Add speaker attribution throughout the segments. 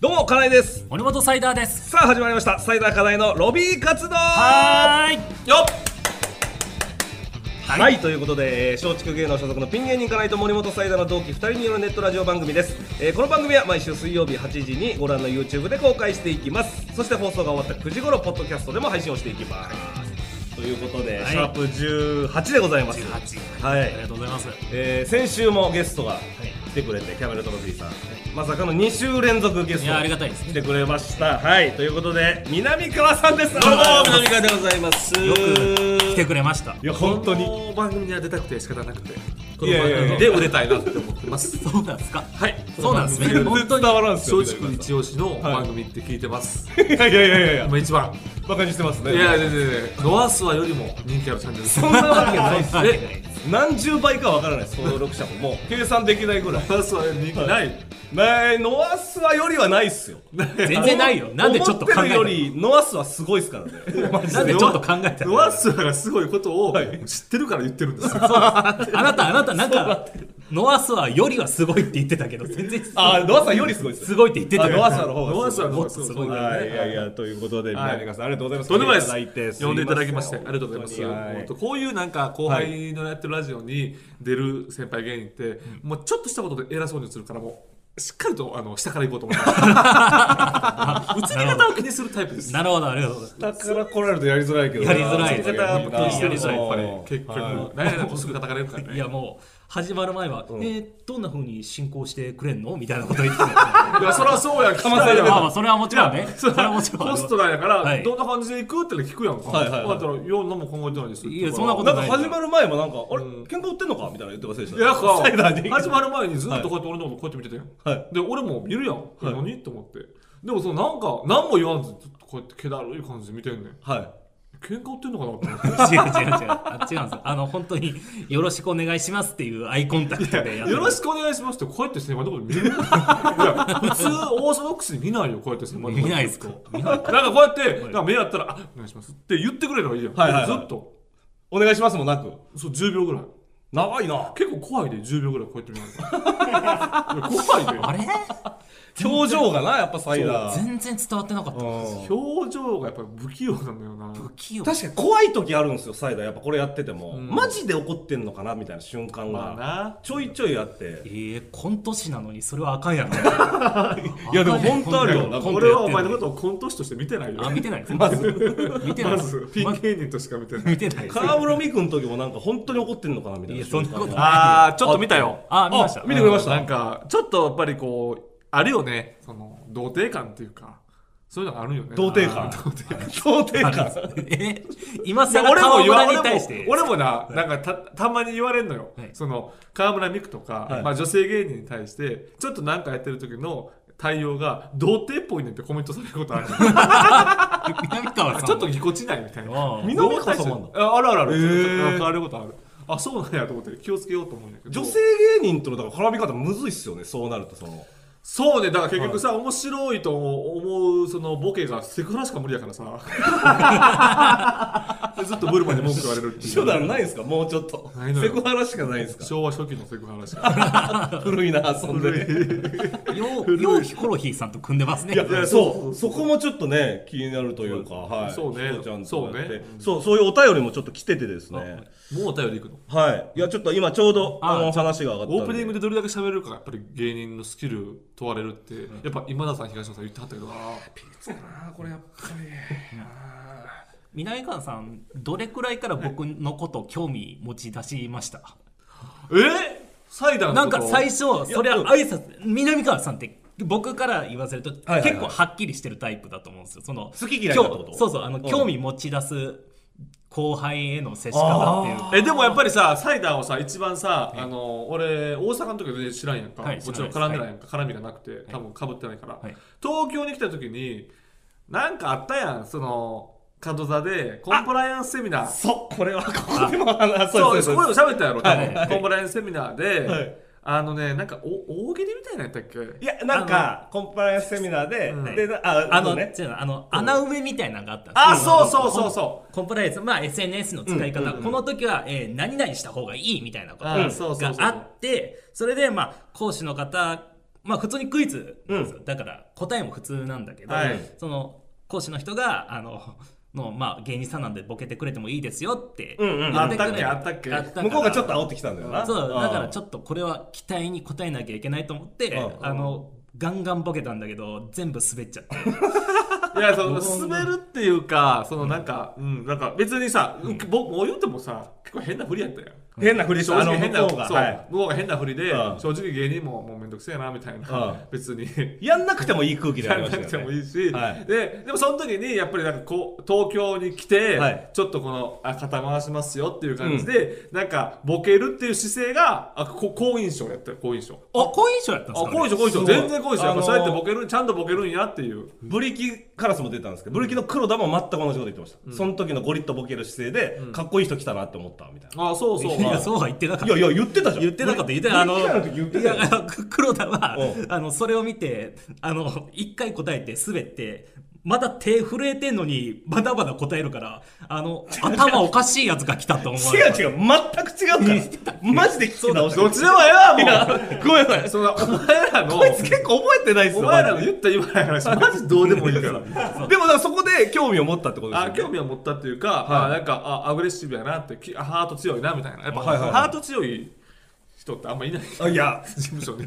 Speaker 1: どうも、金井です。
Speaker 2: 森本サイダーです
Speaker 1: さあ、始まりました。サイダー課題のロビー活動。
Speaker 2: はーい
Speaker 1: よっはい、ということで、えー松竹芸能所属のピン芸人金井と森本サイダーの同期2人によるネットラジオ番組です、えーこの番組は毎週水曜日8時にご覧の YouTube で公開していきますそして放送が終わった9時頃ポッドキャストでも配信をしていきます、ということで、
Speaker 2: はい
Speaker 1: シャープ18でございます
Speaker 2: 18
Speaker 1: はい
Speaker 2: ありがとうございます
Speaker 1: えー先週もゲストが来てくれて、キャメルトロフィーさん、まさかの2週連続ゲス
Speaker 2: い
Speaker 1: ト
Speaker 2: や
Speaker 1: が
Speaker 2: ありがたいです
Speaker 1: 来てくれましたはいということで南川さんですどうも
Speaker 3: 南川でございます。
Speaker 1: よく
Speaker 2: 来てくれました
Speaker 1: いや本当に
Speaker 3: この番組には出たくて仕方なくて、こ
Speaker 1: い
Speaker 3: の
Speaker 1: や
Speaker 3: 番
Speaker 1: いやいや
Speaker 3: 組で売れたいなって思ってます。
Speaker 2: そうなんですか
Speaker 3: はい、
Speaker 2: そうなんですね
Speaker 3: 本当に
Speaker 1: 伝わらんすよ
Speaker 3: 松竹一押しの番組って聞いてます。
Speaker 1: いやいやいやいや
Speaker 3: 今一番。
Speaker 1: バカにしてます
Speaker 3: い
Speaker 1: ね
Speaker 3: やいやいやいや、ノアスワよりも人気あるチャンネルです。
Speaker 1: そんなわけないっす
Speaker 3: え
Speaker 1: 何十倍かわからないです登録者ももう計算できないぐらい
Speaker 3: ノアスワより人気ない。
Speaker 1: ないノアスはよりはないっすよ
Speaker 2: 全然ないよなんでちょっと考
Speaker 1: 思
Speaker 2: え
Speaker 1: ってる
Speaker 2: た
Speaker 1: よ
Speaker 2: の
Speaker 1: りノアスはすごいっすから ね
Speaker 2: なんでちょっと考えたの
Speaker 3: ノアスワがすごいことを知ってるから言ってるん ですよ。
Speaker 2: あなたあなたなんかノアスはよりはすごいって言ってたけど全然
Speaker 1: あノアスはよりすごいっすよ
Speaker 2: すごいって言ってた
Speaker 1: あ
Speaker 2: よ
Speaker 1: ノアスはの方がすごい
Speaker 3: ノアスワ
Speaker 2: もっと
Speaker 3: の方が
Speaker 2: すごいよね
Speaker 1: はい、いやいや、ということで、
Speaker 3: はい
Speaker 1: 南川さん、ありがとうございます。
Speaker 3: とんでもない
Speaker 1: 来ていただ
Speaker 3: で
Speaker 1: い
Speaker 3: す。
Speaker 1: て
Speaker 3: 呼んでいただきましてありがとうございます。
Speaker 1: 本当には
Speaker 3: もっとこういうなんか後輩のやってるラジオに出る先輩芸人って、もうちょっとしたことで偉そうにするからもうしっかりとあの下から行こうと思います。映り方を気にするタイプです。
Speaker 2: なるほどありがとうございます
Speaker 1: だから来られるとやりづらいけどな。
Speaker 2: やりづらい
Speaker 1: ちょっとやっぱ気にしてる
Speaker 2: やりづらい
Speaker 3: やっぱり結局、
Speaker 1: は
Speaker 3: 何やらこうすぐ叩かれるから
Speaker 2: い
Speaker 3: ね。
Speaker 2: やもう始まる前は、えーどんな風に進行してくれんのみたいなこと言ってたよね
Speaker 3: いやそれはそうや。かま
Speaker 2: まあまあまあそれはもちろんねそれはもちろん
Speaker 3: ホストなんやか
Speaker 2: は
Speaker 3: ら
Speaker 2: い
Speaker 3: どんな感じで行くっての聞くやんか。
Speaker 1: はいはいはい
Speaker 3: だからよう何も考えてないです。
Speaker 2: いやそんなこ
Speaker 1: い
Speaker 2: と
Speaker 1: なんか始まる前もなんか、あれ、喧嘩売ってんのかみたいなの言ってませんでし
Speaker 3: い
Speaker 1: た。
Speaker 3: やか
Speaker 1: サイダーに。
Speaker 3: 始まる前にずっとこうやって俺のことこうやって見てたよ、
Speaker 1: は
Speaker 3: で俺も見るやん、何と思ってでもそのなんか何も言わんずずっとこうやって気だるい感じで見てんねん
Speaker 1: は
Speaker 3: 喧嘩売ってんのかなって思って
Speaker 2: 違う違う違うあ違うんですよあの本当によろしくお願いしますっていうアイコンタクトでやって
Speaker 3: よろしくお願いしますってこうやって先輩のこと見るいや普通オーソドックスに見ないよこうやって先輩のこと
Speaker 2: 見ないですか見ない
Speaker 3: なんかこうやってなんか目やったら「あお願いします」って言ってくれればいいやん、
Speaker 1: はいはいはい
Speaker 3: ずっと
Speaker 1: い。お願いしますもなく。
Speaker 3: そう10秒ぐらい
Speaker 1: 長いな。
Speaker 3: 結構怖いで10秒ぐらいこうやって見られたいや怖いで
Speaker 2: あれ
Speaker 1: 表情がな、やっぱサイダー。
Speaker 2: 全然伝わってなかった
Speaker 1: うん
Speaker 3: 表情がやっぱり不器用なんだよな
Speaker 2: 不器用
Speaker 1: 確かに怖い時あるんですよ、サイダー。やっぱこれやってても。
Speaker 3: ん
Speaker 1: マジで怒ってんのかなみたいな瞬間
Speaker 3: ま
Speaker 1: が。
Speaker 3: あな
Speaker 1: ちょいちょいあって
Speaker 2: え。ー、コント師なのにそれはあかんやろ
Speaker 1: いやでも本当あるよな
Speaker 2: あかんやろ
Speaker 1: コン
Speaker 3: 俺はお前の
Speaker 2: コントや
Speaker 3: ことをコント師として見てない
Speaker 2: ってん
Speaker 3: よ
Speaker 2: のあ見てないです
Speaker 1: まず、
Speaker 2: 見てない
Speaker 3: ま
Speaker 2: で
Speaker 3: ず
Speaker 2: す
Speaker 3: ピ
Speaker 2: ま
Speaker 3: ン芸人としか見てない
Speaker 2: 見てないで す
Speaker 1: 河村美君の時もなんか本当に怒ってんのかなみたい
Speaker 2: い
Speaker 1: な
Speaker 2: やそん
Speaker 1: 瞬
Speaker 2: な
Speaker 1: 間
Speaker 2: こと
Speaker 1: が。
Speaker 3: ああちょっと見たよ
Speaker 2: あ見ました
Speaker 1: あ見てくれました
Speaker 3: なんかちょっとやっぱりこうあるよねその童貞感っていうかそういうのがあるよね
Speaker 1: 童貞感。 童貞感。
Speaker 2: え今
Speaker 3: いや
Speaker 2: 更
Speaker 3: 俺も
Speaker 2: 河
Speaker 3: 言
Speaker 2: 村
Speaker 3: わ俺
Speaker 2: に
Speaker 3: も
Speaker 2: 対して
Speaker 3: 俺もななんかたたまに言われんのよ、
Speaker 2: はい
Speaker 3: その河村美空とか、
Speaker 1: はい
Speaker 3: まあ、女性芸人に対してちょっとなんかやってる時の対応が童貞っぽいねんってコメントされることある
Speaker 2: 南川さん
Speaker 3: ちょっとぎこちないみたいな
Speaker 2: ああ
Speaker 1: 南川さんも
Speaker 3: ああるあるある、
Speaker 1: へー
Speaker 3: ちょっと変わることあるあそうなんやと思って気をつけようと思うんだけど
Speaker 1: 女性芸人とのだから絡み方むずいっすよねそうなるとその
Speaker 3: そうねだから結局さ、面白いと思うそのボケがセクハラしか無理や からさでずっとブルマに文句言われるってい
Speaker 1: 一緒
Speaker 3: う
Speaker 1: なのないんすかもうちょっと
Speaker 3: ないの
Speaker 1: セ
Speaker 3: よ
Speaker 1: クハラしかないんすか
Speaker 3: 昭和初期のセクハラしか
Speaker 1: 古いな遊んで
Speaker 2: ようようヒコロヒーさんと組んでますね
Speaker 1: いや
Speaker 3: や
Speaker 1: そ
Speaker 3: そうう
Speaker 1: そこもちょっとね気になるというかはい
Speaker 3: そうね
Speaker 1: 翔ちゃんとやって
Speaker 3: そうね
Speaker 1: そうそういうお便りもちょっと来ててですね
Speaker 3: もうお便りいくの
Speaker 1: はいいやちょっと今ちょうどあ
Speaker 2: あ
Speaker 1: の話が上がったん
Speaker 3: オープニングでどれだけ喋れるかやっぱり芸人のスキル問われるって、やっぱ今田さん東野さん言ってはったけどなこれやっぱり
Speaker 2: 南川さんどれくらいから僕のこと興味持ち出しました、
Speaker 3: えサイダー
Speaker 2: な
Speaker 3: の
Speaker 2: ん
Speaker 3: こと
Speaker 2: か最初そりゃ挨拶南川さんって僕から言わせると結
Speaker 1: はいはい
Speaker 2: 構はっきりしてるタイプだと思うんですよその
Speaker 1: 好き嫌いだってこと
Speaker 2: 今日そうそうあの
Speaker 1: ん
Speaker 2: 興味持ち出す後輩への接し方っていうか
Speaker 3: えでもやっぱりさサイダーをさ一番さ、あの俺大阪の時は全然知らんやんか、
Speaker 2: はい
Speaker 3: もちろん
Speaker 2: 知ら
Speaker 3: 絡
Speaker 2: なんいです
Speaker 3: でないやんか、絡みがなくて多分かぶってないから、
Speaker 2: はい
Speaker 3: 東京に来た時になんかあったやんその門座でコンプライアンスセミナー
Speaker 1: そうこれはここでも話
Speaker 3: そう
Speaker 1: そう
Speaker 3: で
Speaker 1: そうそ
Speaker 3: す
Speaker 1: う
Speaker 3: こでも喋ったやろ多分、
Speaker 2: はい
Speaker 3: コンプライアンスセミナーで、
Speaker 1: はい
Speaker 3: あのねなんかお大喜利みたいなやったっけ
Speaker 1: いやなんかコンプライアンスセミナーで
Speaker 3: うん
Speaker 1: でなあ
Speaker 2: あの、
Speaker 1: ね
Speaker 2: 違うのあの穴埋めみたいなのがあったんです
Speaker 3: あそうそうそうそう
Speaker 2: コンプライアンス、まあ、SNS の使い方、この時は、えー何々した方がいいみたいなこと
Speaker 3: あーそうそうそう
Speaker 2: があってそれで、まあ、講師の方まあ普通にクイズなんですよ、
Speaker 1: う
Speaker 2: だから答えも普通なんだけど、
Speaker 3: はい
Speaker 2: その講師の人があのの、まあ、芸人さんなんでボケてくれてもいいですよって
Speaker 1: うんうん
Speaker 2: 言てくれ
Speaker 3: あったっけあったっ
Speaker 2: から
Speaker 1: 向こうがちょっと煽ってきたんだよな
Speaker 2: そうだからち
Speaker 1: ょっ
Speaker 2: ょっとこれは期待に応えなきゃいけないと思って
Speaker 1: うん
Speaker 2: あのガンガンボケたんだけど全部滑っちゃって
Speaker 3: いやその滑るっていうかそのなんかうんなんか別にさ僕もう言うてもさ結構変なふりやったやん
Speaker 1: と変なふりし
Speaker 3: 正
Speaker 1: たあの
Speaker 3: 直
Speaker 1: 向
Speaker 3: 変な
Speaker 1: こうが
Speaker 3: そう
Speaker 1: はい
Speaker 3: 向こうが変なふりで
Speaker 1: うん
Speaker 3: 正直芸人ももうめんどくせえなみたいな
Speaker 1: う
Speaker 3: 別に
Speaker 1: やんなくてもいい空気で
Speaker 3: や
Speaker 1: あり
Speaker 3: ら
Speaker 1: ま
Speaker 3: な
Speaker 1: し
Speaker 3: く
Speaker 1: た
Speaker 3: て
Speaker 1: よ
Speaker 3: も
Speaker 1: ね
Speaker 3: いいし、
Speaker 1: はい
Speaker 3: ででもその時にやっぱりなんかこう東京に来て、
Speaker 1: はい
Speaker 3: ちょっとこのあ肩回しますよっていう感じで、なんかボケるっていう姿勢があこ好印象やったよ好印象
Speaker 2: あ好印象やったん
Speaker 3: あ
Speaker 2: ですか
Speaker 3: 好印象好印
Speaker 1: すご
Speaker 3: 象
Speaker 1: い
Speaker 3: 全然好印象、やっ
Speaker 1: あの
Speaker 3: ぱ
Speaker 1: ー
Speaker 3: そうやってボケるちゃんとボケるんやっていう
Speaker 1: ブリキカラスも出たんですけどブリキの黒田も全く同じこと言ってました、その時のゴリッとボケる姿勢で、かっこいい人来たなって思ったみたいな、
Speaker 3: あそうそう
Speaker 2: いやそうは言ってなかっ
Speaker 1: い
Speaker 2: た
Speaker 1: やいや言ってたじゃん
Speaker 2: 言ってなかった言っ
Speaker 1: ブ
Speaker 2: て
Speaker 1: リ
Speaker 2: あ
Speaker 1: ブ
Speaker 2: の
Speaker 1: リキカラスの時言って
Speaker 2: い
Speaker 1: た
Speaker 2: や
Speaker 1: よ
Speaker 2: あのく黒田は
Speaker 1: うん
Speaker 2: あのそれを見てあの一回答えて滑ってまだ手震えてんのにまだまだ答えるからあの頭おかしいやつが来たと思わ れ
Speaker 1: 違
Speaker 2: た
Speaker 1: う違う全く違うからマジで聞き直して
Speaker 3: どっちでもええわ
Speaker 1: いや
Speaker 3: も
Speaker 1: ごめんなさいう
Speaker 3: そのお前らの
Speaker 1: こいつ結構覚えてないっす
Speaker 3: お
Speaker 1: よ
Speaker 3: 前ら
Speaker 1: マ
Speaker 3: の
Speaker 1: ジ
Speaker 3: 言った言わない話 マジどうでもいいから
Speaker 1: ででもだからそこで興味を持ったってことですよ
Speaker 3: あ
Speaker 1: ね
Speaker 3: 興味を持ったっていうか、あなんかあアグレッシブやなってきあハート強いなみたいなやっぱ、
Speaker 1: はいはいはい
Speaker 3: ハート強い人ってあんまいない事
Speaker 1: あいや
Speaker 3: 務所 に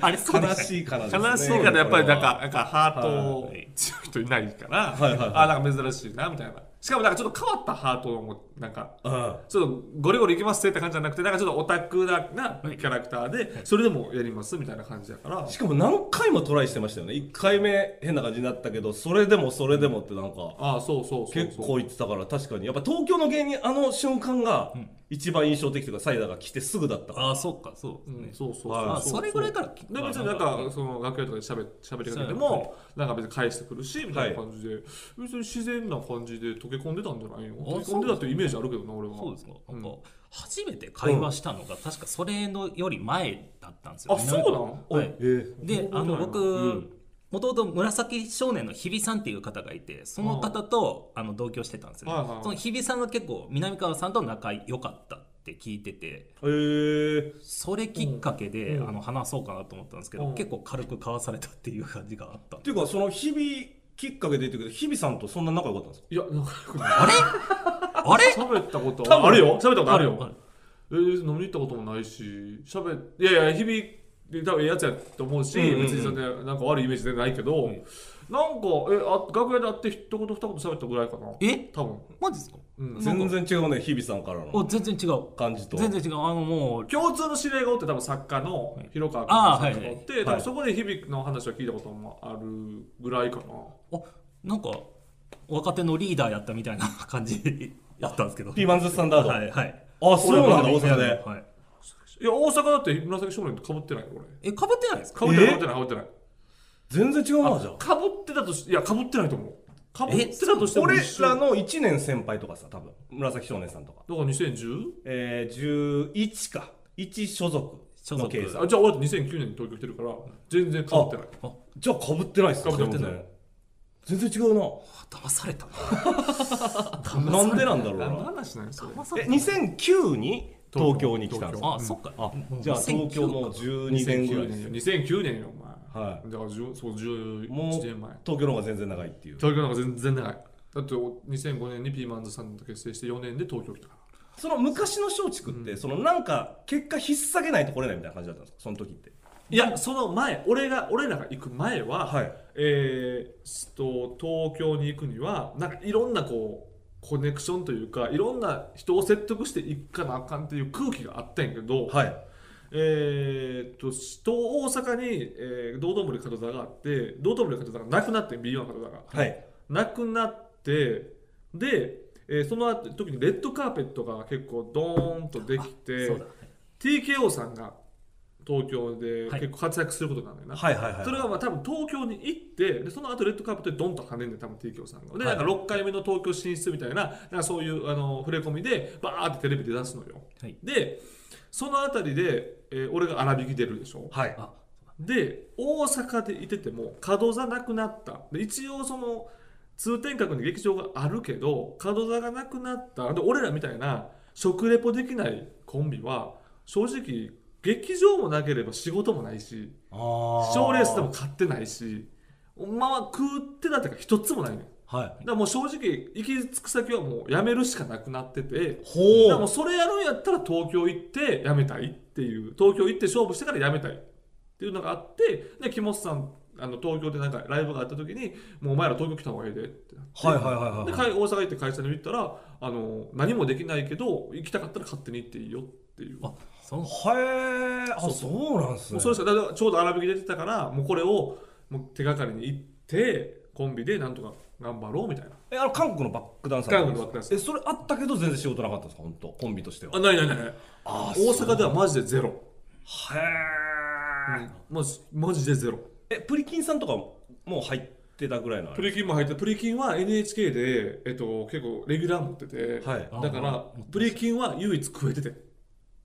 Speaker 2: あれそうで
Speaker 1: 悲
Speaker 2: した
Speaker 1: しいからですね
Speaker 3: 悲しいからやっぱりなんかなんかハート強い人いないから、
Speaker 1: はいはいはい
Speaker 3: あなんか珍しいなみたいなしかもなんかちょっと変わったハートをなんか
Speaker 1: うん
Speaker 3: ちょっとゴリゴリいきますって感じじゃなくてなんかちょっとオタクななキャラクターでそれでもやりますみたいな感じだから
Speaker 1: しかも何回もトライしてましたよね1回目変な感じになったけどそれでもそれでもってなんか
Speaker 3: あそうそうそうそう
Speaker 1: 結構言ってたから確かにやっぱ東京の芸人あの瞬間が一番印象的というかサイダーが来てすぐだったから
Speaker 2: あそうかそう
Speaker 3: うん
Speaker 2: ですね
Speaker 3: そうそうそう
Speaker 1: はい
Speaker 2: あそれぐらいから聞く
Speaker 3: で別になんかその楽屋とかで喋喋りかけてもなんか別に返してくるしみたいな感じで別に自然な感じで溶け込んでたんじゃないの溶け込んでたっていうイメージあるけどな俺は
Speaker 2: そうですか。なんか
Speaker 3: うん
Speaker 2: 初めて会話したのが確かそれのより前だったんですよ。
Speaker 3: あそうなの
Speaker 2: はい
Speaker 1: えー
Speaker 2: で、あの
Speaker 1: う
Speaker 2: 僕
Speaker 1: ん
Speaker 2: もともと紫少年の日比さんっていう方がいてその方とあの同居してたんですよ、ね
Speaker 3: はいはいはい
Speaker 2: その日比さんが結構南川さんと仲良かったって聞いてて
Speaker 1: えー
Speaker 2: それきっかけで、
Speaker 3: うん
Speaker 2: あの話そうかなと思ったんですけど、
Speaker 3: うん
Speaker 2: 結構軽く交わされたっていう感じがあったん
Speaker 1: っ
Speaker 2: で
Speaker 1: ていうかその日々きっかけで言ってくるけど日々さんとそんな仲良かったんですか
Speaker 3: いやなんか
Speaker 2: あれ あれ
Speaker 3: 喋ったこと
Speaker 1: 多分
Speaker 3: あるよ喋ったことある
Speaker 2: あ
Speaker 3: よ
Speaker 2: る
Speaker 3: えー飲みに行ったこともないし喋っいやいや日々多分ええやつやと思うし、
Speaker 1: うんうんうん
Speaker 3: 別にそんななんか悪いイメージ全然ないけど、
Speaker 2: ん
Speaker 3: なんかえあ楽屋で会って一言二言喋ったぐらいかな
Speaker 2: え
Speaker 3: 多分、
Speaker 2: マジですか
Speaker 3: うん、
Speaker 1: 全然違うね日々さんから
Speaker 2: お
Speaker 1: の
Speaker 2: 全然違う
Speaker 1: 感じと
Speaker 2: 全然違うあのもう
Speaker 3: 共通の知り合いがおって多分作家の広川
Speaker 2: あー
Speaker 3: 君の作家がおって、
Speaker 1: はい
Speaker 3: 多分そこで響の話を聞いたこともあるぐらいかな、
Speaker 2: あなんか若手のリーダーやったみたいな感じやったんですけど
Speaker 1: ピーマンズスタンダード、
Speaker 2: はいはい
Speaker 1: あそうなんだ大阪で
Speaker 2: はい、
Speaker 3: いや大阪だって紫少年とかぶってないよ俺
Speaker 2: えかぶってないですか
Speaker 3: かぶってないかぶってないかぶってない
Speaker 1: 全然違うなじゃあ
Speaker 3: かぶってたとしいやかぶってないと思うかぶってたとしても
Speaker 1: 俺
Speaker 3: 一緒
Speaker 1: らの1年先輩とかさ多分紫少年さんとか
Speaker 3: だから 2010?
Speaker 1: えー、11か1所属の計算
Speaker 3: あじゃあ俺だって2009年に東京来てるから全然かぶってない
Speaker 1: じゃあかぶってないっす
Speaker 3: 被ってない
Speaker 1: 全然全然違うな
Speaker 2: 騙されたな
Speaker 1: なんでなんだろう
Speaker 3: 何の
Speaker 1: な
Speaker 3: 話なんそれ
Speaker 2: 騙さ
Speaker 1: え
Speaker 2: れた
Speaker 1: 2009に東京に来たんです
Speaker 3: 東京
Speaker 1: か
Speaker 2: あそっか
Speaker 1: あじゃあ東京もう12年ぐらい
Speaker 3: 2009
Speaker 1: です
Speaker 3: 年よ2009年よお前
Speaker 1: はい
Speaker 3: だから10そう
Speaker 1: もう
Speaker 3: 11年前
Speaker 1: 東京の方が全然長いっていう
Speaker 3: 東京なんか全然長いだって2005年にピーマンズさんと結成して4年で東京来たか
Speaker 1: その昔の松竹ってそのなんか結果引っ提げないと来れないみたいな感じだったんですかその時って
Speaker 3: らいやその前俺が俺らが行く前は、
Speaker 1: はい
Speaker 3: えー、と東京に行くにはなんかいろんなこうコネクションというかいろんな人を説得して行かなあかんっていう空気があったんやけど、
Speaker 1: はい
Speaker 3: えー、と東大阪に、えー、道頓堀門座があって道頓堀門座がなくなって B1 門座が、
Speaker 1: はい
Speaker 3: なくなってで、えーその後時にレッドカーペットが結構ドーンとできて
Speaker 2: そうだ
Speaker 3: TKO さんが東京で
Speaker 2: はい
Speaker 3: 結構活躍することになるんだよな、
Speaker 1: はいはいはい
Speaker 3: それがまあ多分東京に行ってでその後レッドカーペットでドンと跳ねんで多分 TKO さんがで
Speaker 1: は
Speaker 3: ないんか6回目の東京進出みたいななんかそういうあの触れ込みでバーってテレビで出すのよ、
Speaker 2: はい
Speaker 3: でその辺りで、えー俺が荒引き出るでしょ
Speaker 1: はい
Speaker 2: あ
Speaker 3: で大阪でいてても角座なくなったで一応その通天閣に劇場があるけど角座がなくなったで俺らみたいな食レポできないコンビは正直劇場もなければ仕事もないし賞レースでも買ってないしまあ食ってだってか一つもないねん
Speaker 1: は
Speaker 3: だからもう正直行き着く先はもう辞めるしかなくなってて
Speaker 1: ほう
Speaker 3: だからもうそれやるんやったら東京行って辞めたいっていう東京行って勝負してから辞めたいっていうのがあってで木本さんあの東京でなんかライブがあった時に「もうお前ら東京来た方がええで」ってなって
Speaker 1: はいはいはいはい
Speaker 3: でかい大阪行って会社に行ったらあの何もできないけど行きたかったら勝手に行っていいよっていう
Speaker 2: あその
Speaker 1: いはいへえあそうなんす
Speaker 3: も
Speaker 1: ね
Speaker 3: うそれしかだからちょうど荒引き出てたからもうこれをもう手がかりに行ってコンビでなんとか頑張ろうみたいな
Speaker 1: えあの韓国のバックダンサー
Speaker 3: 韓国のバックダンサー
Speaker 1: えそれあったけど全然仕事なかったんですか本当コンビとしては
Speaker 3: あないないないない
Speaker 1: あ
Speaker 3: 大阪ではマジでゼロ、
Speaker 1: へえ、
Speaker 3: マジマジでゼロ
Speaker 1: えプリキンさんとかももう入ってたぐらいのあ
Speaker 3: プ
Speaker 1: れ
Speaker 3: リキンも入ってプリキンは NHK で、えっと、結構レギュラー持ってて、
Speaker 1: はい
Speaker 3: だか
Speaker 2: あ
Speaker 3: らプリキンは唯一食えてて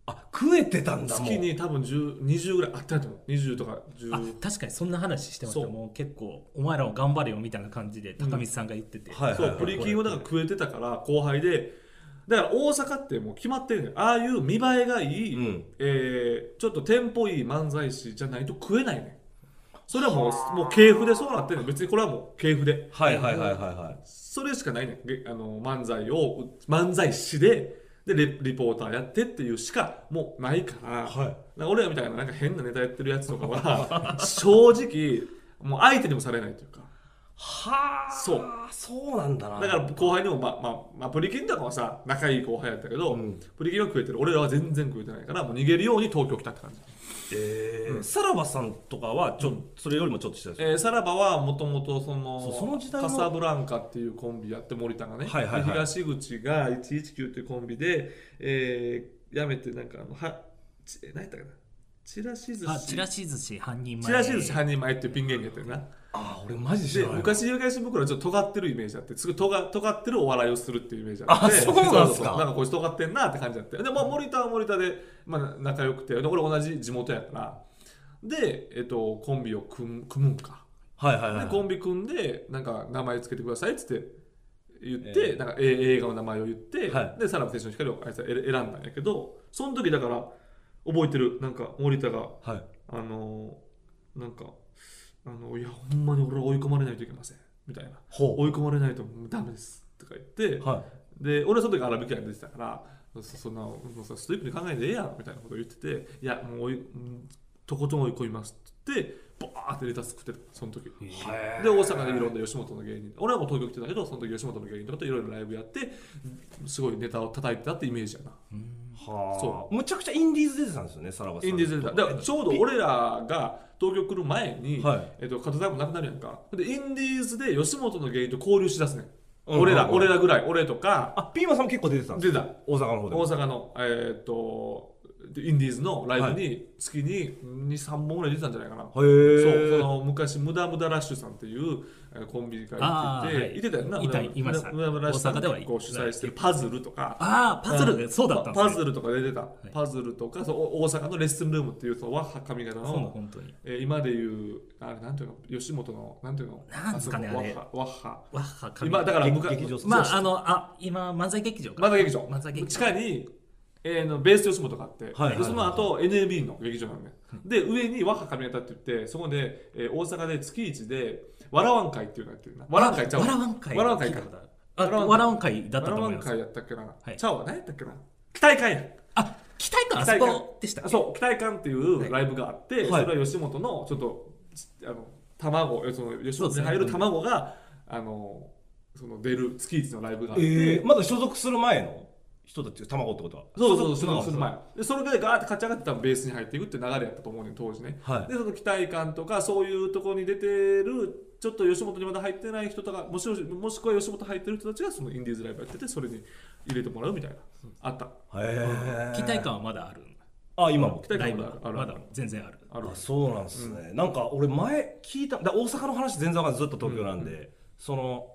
Speaker 1: あ食えてたんだもう
Speaker 3: 月に多分10 20ぐらいあったと思う20とか
Speaker 2: あ
Speaker 3: 10
Speaker 2: 確かにそんな話してまし
Speaker 3: そ
Speaker 2: た
Speaker 3: う
Speaker 2: もう結構お前らも頑張れよみたいな感じで高光さんが言ってて、
Speaker 1: はいはい
Speaker 3: そ
Speaker 1: はいう
Speaker 3: プリキンはだから食えてたから後輩でだから大阪ってもう決まってるねああいう見栄えがいい、
Speaker 1: うん
Speaker 3: えーちょっとテンポいい漫才師じゃないと食えないねそれはもうもう系譜でそうなってるの別にこれはもう系譜で
Speaker 1: はいはいはいはいはい
Speaker 3: それしかないねんげあの漫才を漫才師ででレリポーターやってっていうしかもうないから,、
Speaker 1: はい
Speaker 3: 俺らみたいななんか変なネタやってるやつとかは 正直もう相手にもされないというか
Speaker 1: はあ
Speaker 3: そう
Speaker 1: そうなんだな
Speaker 3: だから後輩にも、まあまあまあ、プリキンとかはさ仲いい後輩やったけど、
Speaker 1: うん
Speaker 3: プリキンは食えてる俺らは全然食えてないからもう逃げるように東京来たって感じ、
Speaker 1: えーさらばさんとかはちょ、それよりもちょっとしたでしょ
Speaker 3: えーさらばはもともとその
Speaker 1: そうその時代の
Speaker 3: カサブランカっていうコンビやって森田がね、
Speaker 1: はいはいはい
Speaker 3: で東口が119っていうコンビで、えー辞めてなんかあのはち何やったかなチラシ寿
Speaker 2: あ
Speaker 3: 司
Speaker 2: チラシ寿司犯人前
Speaker 3: ちらし寿司半人前っていうピン芸人やってるな
Speaker 1: ああ俺マジで知
Speaker 3: で
Speaker 1: らない
Speaker 3: 昔有害新僕らちょっと尖ってるイメージあってすごい尖尖ってるお笑いをするっていうイメージあって
Speaker 1: あそうなんすか
Speaker 3: そうそうそうなんかこいつ尖ってんなって感じあってで、まあ、森田は森田で、まあ、仲良くてで俺同じ地元やからで、えっと、コンビを組む組むんか
Speaker 1: はいはいは
Speaker 3: で
Speaker 1: い
Speaker 3: コンビ組んでなんか名前つけてくださいっつって言って、
Speaker 1: えー
Speaker 3: なんかえ映画の名前を言って、
Speaker 1: は
Speaker 3: でさらば青春の光をあいつは選選んだんやけどその時だから覚えてるなんか森田が
Speaker 1: はい
Speaker 3: あのなんかあの「いやほんまに俺は追い込まれないといけません」みたいな「
Speaker 1: ほ
Speaker 3: 追い込まれないともうダメです」とか言って、
Speaker 1: うはい
Speaker 3: で俺はその時荒引きが出てたからそそんなもうさストイックに考えんでええやんみたいなことを言ってて「いやもう追いうんとことん追い込みます」って言ってバーってレタス食ってたその時。
Speaker 1: へ
Speaker 3: で大阪でいろんな吉本の芸人俺はもう東京来てたけどその時吉本の芸人とかといろいろライブやってすごいネタを叩いてたってイメージやな
Speaker 1: はあ
Speaker 3: そ
Speaker 1: むちゃくちゃインディーズ出てたんですよねさらばさん
Speaker 3: インディーズでだからちょうど俺らが東京来る前に、
Speaker 1: はい
Speaker 3: えっと、片手もなくなるやんかでインディーズで吉本の芸人と交流しだすねん、
Speaker 1: うん
Speaker 3: 俺ら、
Speaker 1: うん
Speaker 3: 俺らぐらい俺とか
Speaker 1: あピーマンさんも結構出てたんです
Speaker 3: 出
Speaker 1: よ
Speaker 3: てた
Speaker 1: 大阪の方で
Speaker 3: 大
Speaker 1: も
Speaker 3: 阪の、えーっとインディーズのライブに月に23本ぐらい出てたんじゃないかな、
Speaker 1: へえ
Speaker 3: そうその昔ムダムダラッシュさんっていうえーコンビが
Speaker 2: あ
Speaker 3: いて
Speaker 2: ー
Speaker 3: て、
Speaker 2: はい
Speaker 3: い、てたよない
Speaker 2: たいました
Speaker 3: ムダムダラッシュさん
Speaker 2: 大阪では
Speaker 3: こう主催してるパズルとか
Speaker 2: ああパズルでそうだったんです、ね、
Speaker 3: パズルとかで出てた、
Speaker 2: い
Speaker 3: パズルとかそうお大阪のレッスンルームっていうその和派髪型
Speaker 2: そうだ
Speaker 3: の、
Speaker 2: 本当に
Speaker 3: えー今でいうあれなんていうの吉本のなんていうの
Speaker 2: なんですかね
Speaker 3: あそこ
Speaker 2: あれ
Speaker 3: 和派和
Speaker 2: わは
Speaker 3: 派今だから
Speaker 1: 劇
Speaker 3: 昔
Speaker 1: 劇場
Speaker 2: まああのあ今漫才劇場か
Speaker 3: 漫才劇場
Speaker 2: 漫才劇場
Speaker 3: 地下に、えーのベース吉本があって、
Speaker 1: はい
Speaker 3: でその後 NAB の劇場なんで、で上に和歌神型って言ってそこで、えー大阪で月一でわらわん会っていうのやってるなわらわん会ちゃう
Speaker 2: わらわん会
Speaker 3: わらわん会か
Speaker 2: あわらわん会だっ
Speaker 3: わ
Speaker 2: た
Speaker 3: ら
Speaker 2: と
Speaker 3: わ
Speaker 2: 思い
Speaker 3: ん
Speaker 2: ます
Speaker 3: 会やったっけな、
Speaker 2: はい
Speaker 3: ちゃうわ何やったっけな期待会や
Speaker 2: あ期待感あ
Speaker 3: 期
Speaker 2: そ
Speaker 3: 待
Speaker 2: こでしたっけ
Speaker 3: そう期待感っていうライブがあって、
Speaker 1: はい
Speaker 3: それは吉本のちょっとあの卵その吉本に入る卵が、あのその出る月一のライブがあって、
Speaker 1: えーまだ所属する前の人たち卵ってことは
Speaker 3: そうそうそう、
Speaker 1: 所
Speaker 3: そ
Speaker 1: 属
Speaker 3: うする前。で、それでガーって勝ち上がってたベースに入っていくって流れやったと思うねん、当時ね。
Speaker 1: はい
Speaker 3: で、その期待感とか、そういうところに出てる、ちょっと吉本にまだ入ってない人とか、もしもしもしくは吉本入ってる人たちがそのインディーズライブやってて、それに入れてもらうみたいな。あった。
Speaker 1: へえ
Speaker 2: 期待感はまだある
Speaker 1: あ今も
Speaker 3: 期待
Speaker 2: ライ
Speaker 3: 感
Speaker 2: ブ
Speaker 3: も
Speaker 2: は
Speaker 3: ある。
Speaker 2: ま
Speaker 3: あ
Speaker 2: だ
Speaker 3: る。
Speaker 2: 全然ある
Speaker 3: ある
Speaker 1: あ。そうなんですね、なんか俺前聞いただ大阪の話全然わかんないずっと東京なんで、その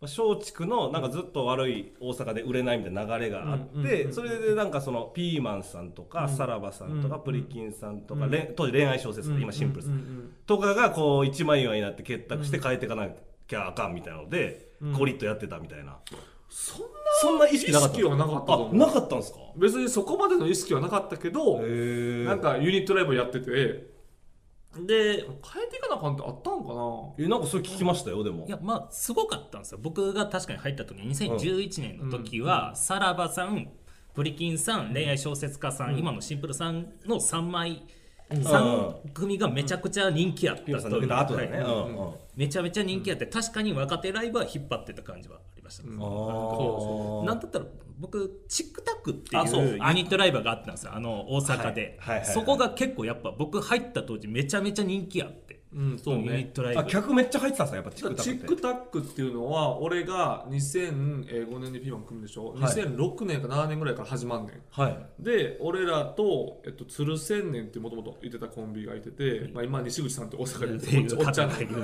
Speaker 1: まあ松竹のなんかずっと悪い大阪で売れないみたいな流れがあって、
Speaker 3: うんうんうんうん
Speaker 1: それでなんかそのピーマンさんとか、さらばさんとか、
Speaker 3: うん
Speaker 1: プリキンさんとか、
Speaker 3: うん
Speaker 1: れん当時恋愛小説で今シンプルです、
Speaker 3: うんうんうん
Speaker 1: とかがこう一枚岩になって結託して変えていかなきゃあかんみたいなので、コリッとやってたみたいな、
Speaker 3: そんな
Speaker 1: そんな意識なかった
Speaker 3: 意識はなかったと思う
Speaker 1: あなかったんですか
Speaker 3: 別にそこまでの意識はなかったけど、
Speaker 1: え
Speaker 3: なんかユニットライブやっててで変えていかなあかんってあったんかな
Speaker 1: えなんかそれ聞きましたよでも
Speaker 2: いやまあすごかったんですよ僕が確かに入った時2011年の時は、さらばさんブリキンさん恋愛小説家さん、今のシンプルさんの3枚、三3組がめちゃくちゃ人気やったと
Speaker 1: ピ
Speaker 2: い
Speaker 1: ノ
Speaker 2: う
Speaker 1: さん抜けた後だよね、
Speaker 2: はい
Speaker 1: うんうん
Speaker 2: めちゃめちゃ人気やって確かに若手ライブは引っ張ってた感じはありました、
Speaker 3: うん
Speaker 1: あ
Speaker 3: そ
Speaker 1: ー
Speaker 2: なんだったら僕チックタックって
Speaker 1: あ
Speaker 2: い
Speaker 1: そうう
Speaker 2: ユニットライブがあったんですよあの大阪で、
Speaker 1: はいはいはいはい
Speaker 2: そこが結構やっぱ僕入った当時めちゃめちゃ人気あって、
Speaker 3: うんそう
Speaker 2: ユニッ
Speaker 3: ね
Speaker 2: トライブ
Speaker 1: あ客めっちゃ入ってたんですかやっぱチックタ
Speaker 3: チ
Speaker 1: ッ
Speaker 3: ッ
Speaker 1: クっ
Speaker 3: ク
Speaker 1: て
Speaker 3: タックっていうのは俺が2005年にピーマン組むでしょ、
Speaker 1: はい
Speaker 3: 2006年か7年ぐらいから始まんねん
Speaker 1: はい
Speaker 3: で俺らと、えっと、鶴千年ってもともと言ってたコンビがいてて、まあ、今西口さんって大阪でおっちゃおっ ちゃんなんやけど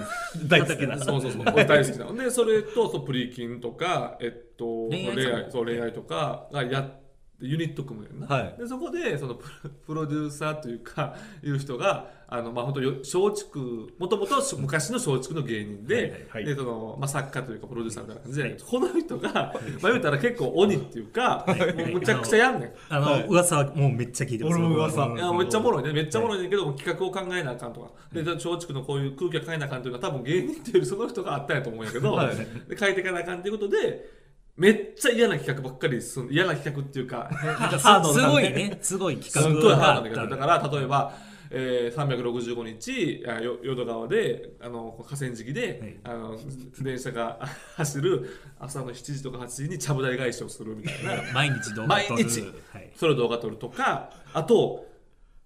Speaker 1: 大好きな
Speaker 3: そうそうそう俺大好きなのでそれとそうプリキンとか、えっと、
Speaker 2: 恋愛とか
Speaker 3: そう恋愛とかがやっユニット組むねんな、
Speaker 1: はい
Speaker 3: でそこでそのプロプロデューサーというかいう人があのまあ本当よ松竹もともと昔の松竹の芸人で,、
Speaker 1: はいはいはい
Speaker 3: でそのまあ、作家というかプロデューサーみたいな感じで、この人が、まあ、言うたら結構鬼っていうか、もうむちゃくちゃやんねん。
Speaker 2: あの、噂はもうめっちゃ聞いてます
Speaker 1: 俺も噂
Speaker 2: うん
Speaker 3: いやめっちゃおもろいねめっちゃおもろいねんけど、企画を考えなあかんとかで松竹のこういう空気を考えなあかんというのは多分芸人っていうよりその人があったんやと思うんやけど、
Speaker 1: はい
Speaker 3: で変えていかなあかんっていうことでめっちゃ嫌な企画ばっかりすん嫌な企画っていうか
Speaker 2: なんかす
Speaker 1: ハード
Speaker 2: す
Speaker 1: な
Speaker 2: ご
Speaker 1: んで
Speaker 2: いねすごい
Speaker 3: すっ
Speaker 2: 企
Speaker 3: ごい
Speaker 2: 画
Speaker 3: ハ
Speaker 2: があ
Speaker 3: ードな
Speaker 2: っ
Speaker 3: 企画
Speaker 2: た
Speaker 3: だから例えば、えー、365日あよ淀川であの河川敷で、あの電車が あ走る朝の7時とか8時にちゃぶ台返しをするみたいな。
Speaker 2: 毎日動画撮る
Speaker 3: 毎日
Speaker 2: はい
Speaker 3: それを動画撮るとかあと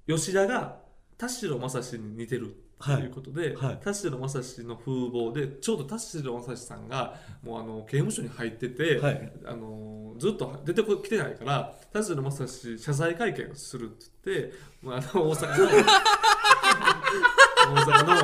Speaker 3: 吉田が田代正史に似てるということで、
Speaker 1: はいはい
Speaker 3: 田代正史の風貌でちょうど田代正史さんがもうあの刑務所に入ってて、
Speaker 1: はい
Speaker 3: あのずっと出てこ来てないから田代正史謝罪会見するって言って、まあ、あの大阪の大阪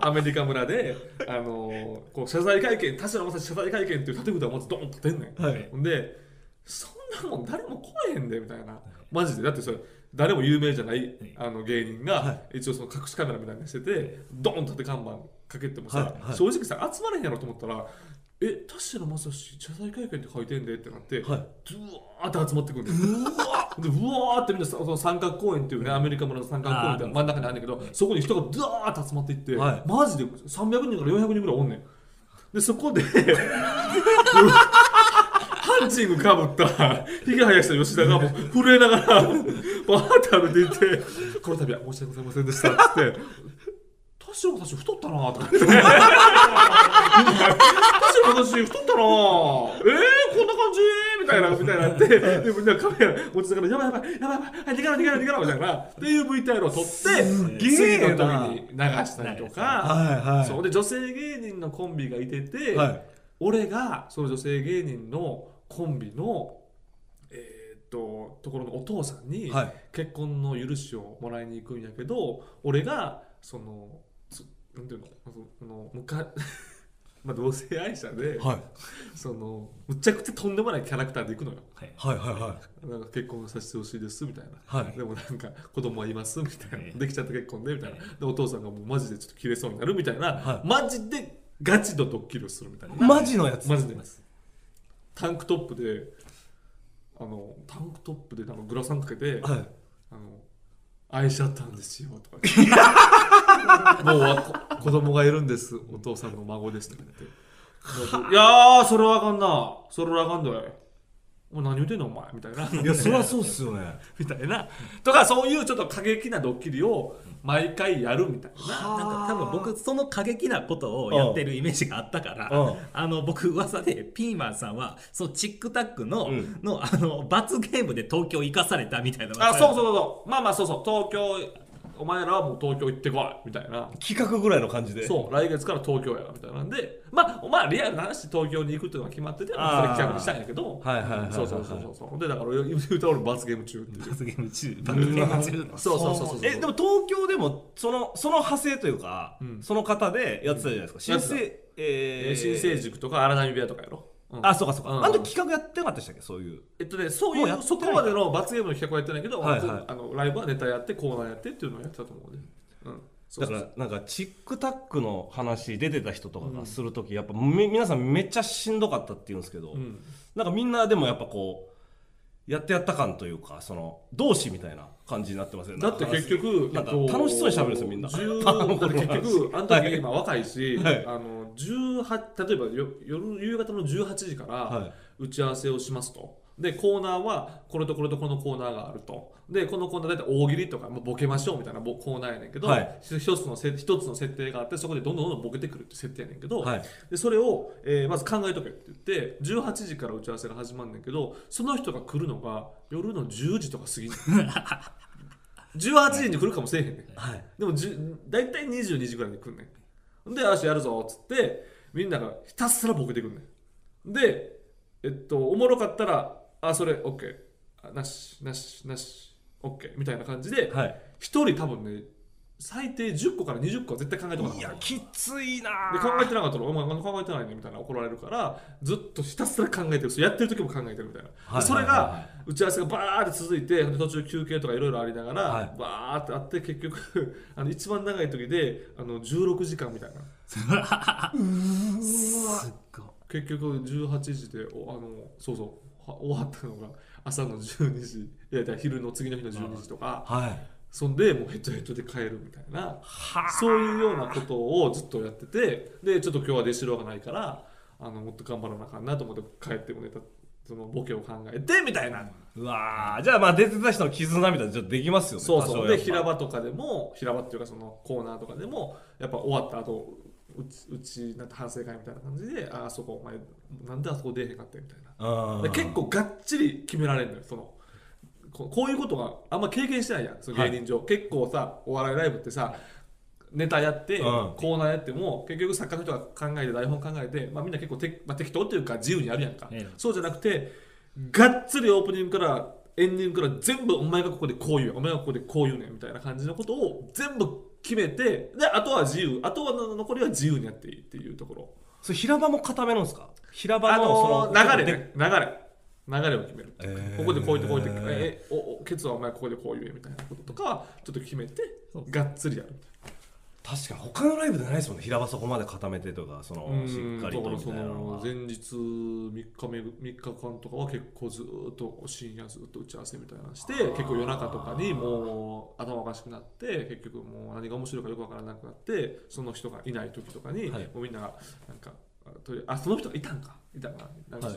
Speaker 3: のアメリカ村で、あのこう謝罪会見田代正史謝罪会見っていう建物をまずドーンと出んねん。
Speaker 1: はい
Speaker 3: ほんでそんなもん誰も来えへんでみたいなマジでだってそれ誰も有名じゃないあの芸人が一応その隠しカメラみたいにしててドーンとて看板かけてもさ
Speaker 1: はいはい
Speaker 3: 正直さ集まれへんやろと思ったら「え田代正史謝罪会見って書いてんで」ってなってドゥ
Speaker 1: はい
Speaker 3: ワーって集まってくるんだよでうわーってみんなさその三角公園っていうねアメリカ村の三角公園って真ん中にあるんだけどそこに人がドワーって集まっていって
Speaker 1: は
Speaker 3: マジで300人から400人ぐらいおんねんでそこでハンチングかぶった、ひげ生やした吉田がもう震えながら、バーって歩いていって、この度は申し訳ございませんでしたっつって、田代私太ったなとか言って、田代私太ったなえー、こんな感じみたいな、みたいになって、で、みんなカメラ落ちながら、やばいやばい、やばいやばい、はい逃げろ逃げろ逃げろみたいな、っていう VTR を撮って、
Speaker 1: げえ
Speaker 3: 次の時
Speaker 1: な
Speaker 3: に流したりとか、
Speaker 1: はいはい
Speaker 3: そうで女性芸人のコンビがいてて、
Speaker 1: はい
Speaker 3: 俺がその女性芸人のコンビのえーっとところのお父さんに
Speaker 1: はい
Speaker 3: 結婚の許しをもらいに行くんやけど、俺がそのそなんていうのそのむか まあ同性愛者で、
Speaker 1: はい
Speaker 3: そのむちゃくちゃとんでもないキャラクターで行くのよ。
Speaker 1: はいはいはい
Speaker 3: なんか結婚させてほしいですみたいな、
Speaker 1: はい
Speaker 3: でもなんか子供はいますみたいな、
Speaker 2: はい
Speaker 3: できちゃった結婚でみたいな、でお父さんがもうマジでちょっと切れそうになるみたいな、
Speaker 1: は
Speaker 3: マジでガチのドッキリをするみたいな
Speaker 1: マジのやつ
Speaker 3: マジでタンクトップであのタンクトップであのグラサンかけて、
Speaker 1: はい
Speaker 3: あの愛しちゃったんですよとか言 ってもうわこ子供がいるんですお父さんの孫ですとか言っていやーそれはあかんなそれはあかんどいお前何言うてんのお前みたいない
Speaker 1: やそりゃそうっすよね
Speaker 3: みたいなとかそういうちょっと過激なドッキリを毎回やるみたいな
Speaker 2: なんか多分僕その過激なことをやってるイメージがあったから、
Speaker 1: うん
Speaker 2: あの僕噂でピーマンさんはそのチックタックの,、のあの罰ゲームで東京行かされたみたいな
Speaker 3: あそうそうそうそうまあまあそうそう東京お前らはもう東京行ってこいみたいな
Speaker 1: 企画ぐらいの感じで
Speaker 3: そう来月から東京やみたいなんでまあまあリアルな話東京に行くっていうのが決まってて
Speaker 1: あー
Speaker 3: まあそれ企画にしたんやけど
Speaker 1: はいはいはいはいはい
Speaker 3: そうそうそうそうそうでだから言うたら俺罰ゲーム中っていう
Speaker 2: 罰ゲーム中罰ゲーム中
Speaker 3: そうそうそうそう
Speaker 1: えでも東京でもそのその派生というか、
Speaker 3: うん
Speaker 1: その方でやってたじゃないですか
Speaker 3: う
Speaker 1: 新
Speaker 3: ん
Speaker 1: 生え
Speaker 3: えー新生
Speaker 1: 児
Speaker 3: 塾とか荒波部屋とかやろ、うん
Speaker 1: あそうかそうか、
Speaker 3: うん
Speaker 1: あの時企画やってなかったでしたっけそういう
Speaker 3: えっとね、そう
Speaker 1: もう
Speaker 3: い
Speaker 1: やっ
Speaker 3: う
Speaker 1: てない
Speaker 3: そこまでの罰ゲームの企画はやってないけど、
Speaker 1: はいはい
Speaker 3: こうあのライブはネタやってコーナーやってっていうのをやってたと思うね、うん、
Speaker 1: だからなんかチックタックの話出てた人とかがする時、やっぱみ皆さんめっちゃしんどかったって言うんですけど、
Speaker 3: ん
Speaker 1: なんかみんなでもやっぱこうやってやった感というかその同志みたいな感じになってますよね
Speaker 3: だって結局、
Speaker 1: なんか
Speaker 3: えっと
Speaker 1: 楽しそうに喋るんですよみんな
Speaker 3: 10
Speaker 1: パンの頃の話
Speaker 3: だって結局、あの時今若いし、
Speaker 1: はい
Speaker 3: あの18例えばよ夜夕方の18時か
Speaker 1: は
Speaker 3: ら打ち合わせをしますと。でコーナーはこれとこれとこのコーナーがあるとでこのコーナーだいたい大喜利とか、まあ、ボケましょうみたいなボコーナーやねんけど、
Speaker 1: はい
Speaker 3: 一つのせ一つの設定があってそこでどんどんどんどんボケてくるって設定やねんけど、
Speaker 1: はい
Speaker 3: でそれを、えーまず考えとけって言って18時から打ち合わせが始まるんだけどその人が来るのが夜の10時とか過ぎ 18時に来るかもしれへんねん、
Speaker 1: はい
Speaker 3: でもじゅ大体22時ぐらいに来んねんで「よしやるぞ」っつってみんながひたすらボケてくんねんでえっとおもろかったら「あそれ OK あなしなしなし OK」みたいな感じで、
Speaker 1: はい
Speaker 3: 一人多分ね最低10個から20個は絶対考えてもらう
Speaker 1: いやきついな
Speaker 3: で考えてなかったら「お前考えてないね」みたいな怒られるからずっとひたすら考えてるそれやってる時も考えてるみたいな、
Speaker 1: はい
Speaker 3: でそれ
Speaker 1: はいはいは
Speaker 3: が打ち合わせがバーって続いて途中休憩とかいろいろありながら、
Speaker 1: はい
Speaker 3: バーってあって結局 あの一番長い時であの16時間みたいな結局18時でおあのそうそうは終わったのが朝の12時いやいや昼の次の日の12時とか、
Speaker 1: はい
Speaker 3: そんでもうヘトヘトで帰るみたいなそういうようなことをずっとやっててでちょっと今日は出しろがないからあのもっと頑張らなあかんなと思って帰ってもネタそのボケを考えてみたいな
Speaker 1: うわーじゃあまあ出てた人の絆みたいなちょっとできますよね
Speaker 3: そうそう
Speaker 1: 多少や
Speaker 3: で
Speaker 1: っぱ
Speaker 3: 平場とかでも平場っていうかそのコーナーとかでもやっぱ終わった後うちうちなんて反省会みたいな感じでああそこお前なんであそこ出えへんかったみたいな
Speaker 1: うん
Speaker 3: で結構がっちり決められるのよそのここういうことがあんま経験してないやんその芸人上、結構さお笑いライブってさネタやって、
Speaker 1: うん
Speaker 3: コーナーやっても結局作家の人が考えて台本考えて、まあ、みんな結構て、まあ、適当っていうか自由にやるやんか、
Speaker 2: ええ
Speaker 3: そうじゃなくてがっつりオープニングからエンディングから全部お前がここでこう言うやんお前がここでこう言うねんみたいな感じのことを全部決めてであとは自由あとは残りは自由にやっていいっていうところ
Speaker 1: それ平場も固めるんですか平場
Speaker 3: あ
Speaker 1: のそ
Speaker 3: の
Speaker 1: の
Speaker 3: ー流れね流れ流れを決めるっていうか、
Speaker 1: えー
Speaker 3: ここでこう言ってこう言って、えーおおケツはお前ここでこう言えみたいなこととかちょっと決めてがっつりやるみたい
Speaker 1: 確かに他のライブでないですもんね平場そこまで固めてとかその
Speaker 3: な
Speaker 1: しっかりとみたい
Speaker 3: うんだから
Speaker 1: な
Speaker 3: そ
Speaker 1: の
Speaker 3: の
Speaker 1: は
Speaker 3: 前日3日目3日間とかは結構ずーっと深夜ずっと打ち合わせみたいなのして結構夜中とかにもう頭おかしくなって結局もう何が面白いかよくわからなくなってその人がいない時とかに、
Speaker 1: はい
Speaker 3: もうみんながなんかあとりあえずあその人がいたんかいたんかなんか、
Speaker 1: はい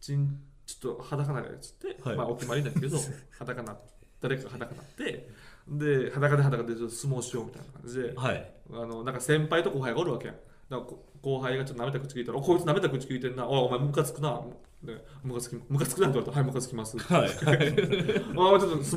Speaker 3: ちんちょっと裸になるやつって、
Speaker 1: はい
Speaker 3: まあお決まりだ けど裸な誰かが裸になってで裸で裸でちょっと相撲しようみたいな感じで、
Speaker 1: はい
Speaker 3: あのなんか先輩と後輩がおるわけやんだからこ後輩がちょっと舐めた口聞いたら「おこいつ舐めた口聞いてんなおいお前ムカつくな」でムカつきムカつくなって言われたら「はいムカつきます」
Speaker 1: はい
Speaker 3: ああちょっと相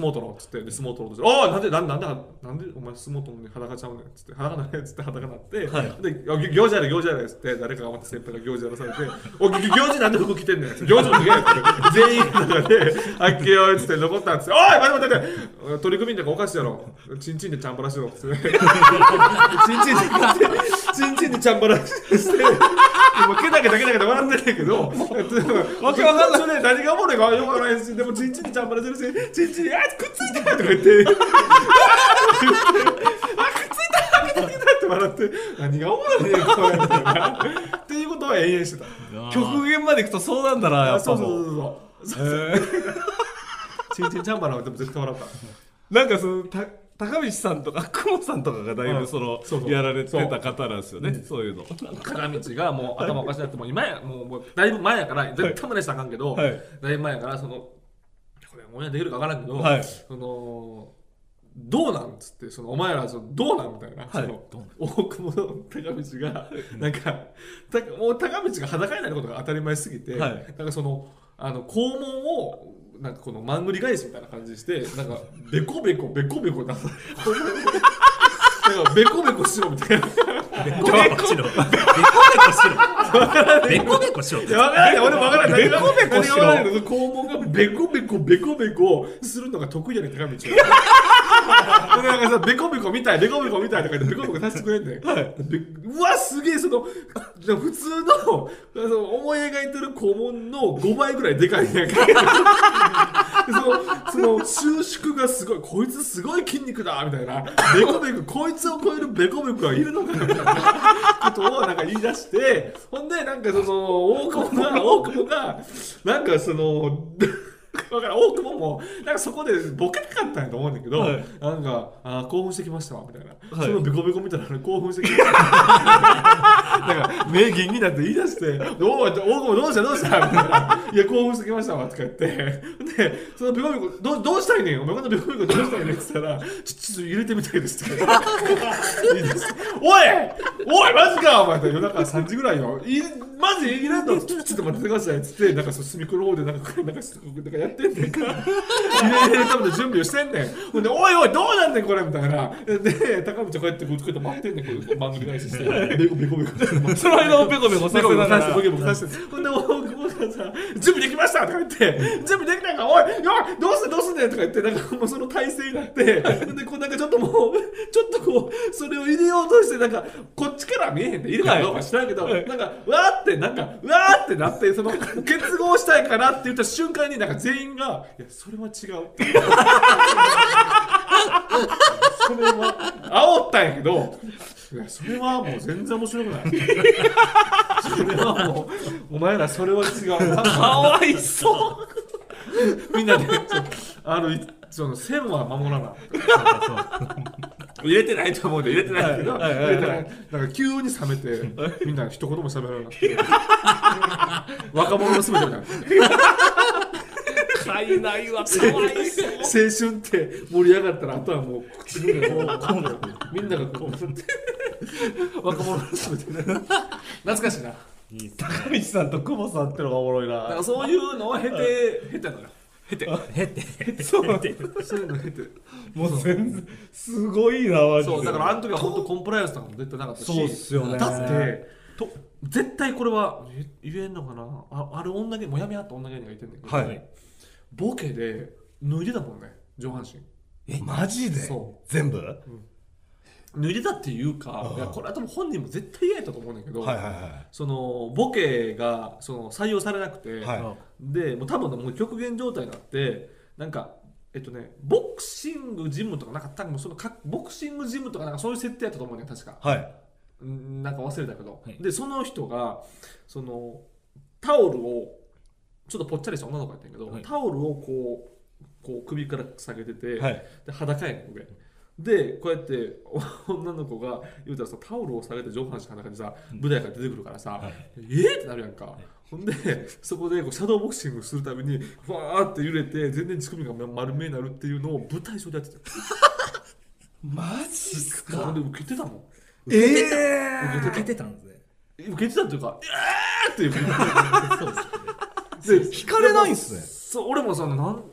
Speaker 3: 撲取ろうっつってで相撲取ろうとして「ああなんでなんでなんでなんでお前相撲取るのに裸ちゃうねん」っつって「裸なねん」っつって裸なって「
Speaker 1: はい
Speaker 3: であぎ行事やれ行事やれ」っつって誰かがまた先輩が行事やらされて「おぎ行事なんで服着てんねん」っつって「行事も着け」っつって全員の中で 「あっけよ」っつって残ったんですよ「おい待て待て待て取り組みなんかおかしいやろチンチンでチャンバラしてろ」っつって「チンチンでチンチンでチャンバラして」もうけだけだけだけだ笑ってんだけど、わけわかんない。それで何がおもろいかよくわからないし、でもちんちんにちゃんばらせるし、ちんちんに、あくっついたとか言って、あくっついたみたいなって笑って、何がおもろいねんこれみたいな。っていうことは永遠して
Speaker 1: 極限までいくとそうなんだな
Speaker 3: た。
Speaker 1: や
Speaker 3: あ
Speaker 1: っぱ
Speaker 3: そう
Speaker 1: も
Speaker 3: そううそうそう。
Speaker 1: へー
Speaker 3: ちんちんちゃんばらはでも絶対笑った。
Speaker 1: なんかそのた高道さんとか雲さんとかがだいぶその、
Speaker 3: うんそうそう
Speaker 1: やられてた方なんですよねそういうの
Speaker 3: 片道がもう頭おかしなってもう今やもうもうだいぶ前やから絶対真似したらあかんけど、
Speaker 1: はい
Speaker 3: だいぶ前やからそのこれオンエアできるか分からんけど、
Speaker 1: はい
Speaker 3: そのどうなんっつってそのお前らそのどうなんみたいな、その大久保の高道がなんかたもう高道が裸になることが当たり前すぎて、
Speaker 1: はい
Speaker 3: なんかそのあの肛門をなんかこのマングリ返しみたいな感じにしてなんかベコベコベコベコ出す。なんかベコベコしろみたいな。
Speaker 2: ベコベコしろ。ベコベコしろ。ベコベコしろ。
Speaker 3: いや、わからない、俺もわからない。ベコ
Speaker 1: ベコしろ
Speaker 3: 肛門がベコベコ、ベコベコするのが得意じゃない、高道は。でなんかさ、ベコベコ見たい、ベコベコ見たいとか言って、ベコベコさせてくれんねん。でうわ、すげえ、その、じゃあ普通の、その思い描いてる顧問の5倍ぐらいでかいねんか。でその、その収縮がすごい、こいつすごい筋肉だみたいな。ベコベコ、こいつを超えるベコベコはいるのかなみたいなことをなんか言い出して、ほんで、なんかその、大久保が、大久保が、なんかその、わからん大久保もなんかそこでボケなかったんやと思うんだけど、
Speaker 1: はい
Speaker 3: なんかあー興奮してきましたわみたいな、
Speaker 1: い
Speaker 3: そのベコベコみたいなのに興奮し てきましたなんか名言になって言い出して「おお大久保どうしたどうした?」みたいな「いや興奮してきましたわ」とか言ってでそのベコベコどうどうしたいねんお前このベコベコどうしたいねん」って言ったら「ちょちょっと入れてみたいです」って言い出して「 おいおいマジか!」お前夜中3時ぐらいよいマジ入れんのちょちょっと待ってください」っつってなんかそう隅っこの方でなんかなんかなんかやってんねんか入れるための準備をしてんねんほんで「おいおいどうなんねんこれ」みたいなで高道こうやってこうやって待ってんねんこれ番組開始して ベコベコベコ
Speaker 1: その間もペコペコさせながら
Speaker 3: ボケボケさせてほんで大久保がさ「準備できました!」とか言って「準備できないからおいおいどうすんどうすんねん」とか言ってなんかもうその体勢になってほんでこうなんかちょっともうちょっとこうそれを入れようとしてなんかこっちからは見えへんで入れたかどうか知らんけど、なんかわーってなんかわーってなってその結合したいかなって言った瞬間になんか全員が「いやそれは違 う」それは煽ったんやけどいやそれはもう全然面白くないそれはもうお前らそれは違うかわいそうみんなでちょあるその線は守らない入れてないと思うんで入れてないけど
Speaker 1: はいはいはい
Speaker 3: 入れてないなんか急に冷めてみんな一言も喋らなくて若者のすべてみたいな
Speaker 1: 買えないわかわいそう
Speaker 3: 青春って盛り上がったらあとはもう口の上がこうこうなってみんながこう 若者のすべて懐かしいな
Speaker 1: 高道さんと久保さんってのがおもろいな
Speaker 3: なんかそういうのを経て経たのよ経て
Speaker 2: へって
Speaker 1: そう
Speaker 3: そういうのを経て
Speaker 1: もう全然すごいなマジで
Speaker 3: そうだからあの時は本当コンプライアンスとかも絶対なかったし
Speaker 1: そうっすよね
Speaker 3: だってと絶対これはえ言えんのかなあある女芸人もやめあった女芸人がいてんだけど、
Speaker 1: はい
Speaker 3: ボケで脱いでたもんね上半身
Speaker 1: マジで
Speaker 3: そ
Speaker 1: 全部
Speaker 3: 脱いでたっていうかいやこれは多分本人も絶対嫌やったと思うんだけど、
Speaker 1: はいはいは
Speaker 3: そのボケがその採用されなくて、
Speaker 1: はい
Speaker 3: でもう多分もう極限状態になってなんかえっとねボクシングジムとかなんか多分そのかボクシングジムとかなんかそういう設定やったと思うね確か、
Speaker 1: いはい
Speaker 3: うんなんか忘れたけど、
Speaker 2: はい
Speaker 3: でその人がそのタオルをちょっとぽっちゃりした女の子やったんやけど、
Speaker 2: はい
Speaker 3: タオルをこうこう首から下げてて、
Speaker 1: はい
Speaker 3: で裸やねん上でこうやって お女の子が言うたらさタオルを下げて上半身裸でさ舞台から出てくるからさ、えっってなるやんか、ほんでそこでこうシャドーボクシングするためにふわーって揺れて全然乳首が丸めになるっていうのを舞台上でやってた
Speaker 1: マジっす
Speaker 3: ほんで受けてたもん
Speaker 1: ええ
Speaker 2: 受けてたんですね
Speaker 3: 受けてたというか「えー!」っていうで
Speaker 1: 引かれないんすね
Speaker 3: そう俺もそのなん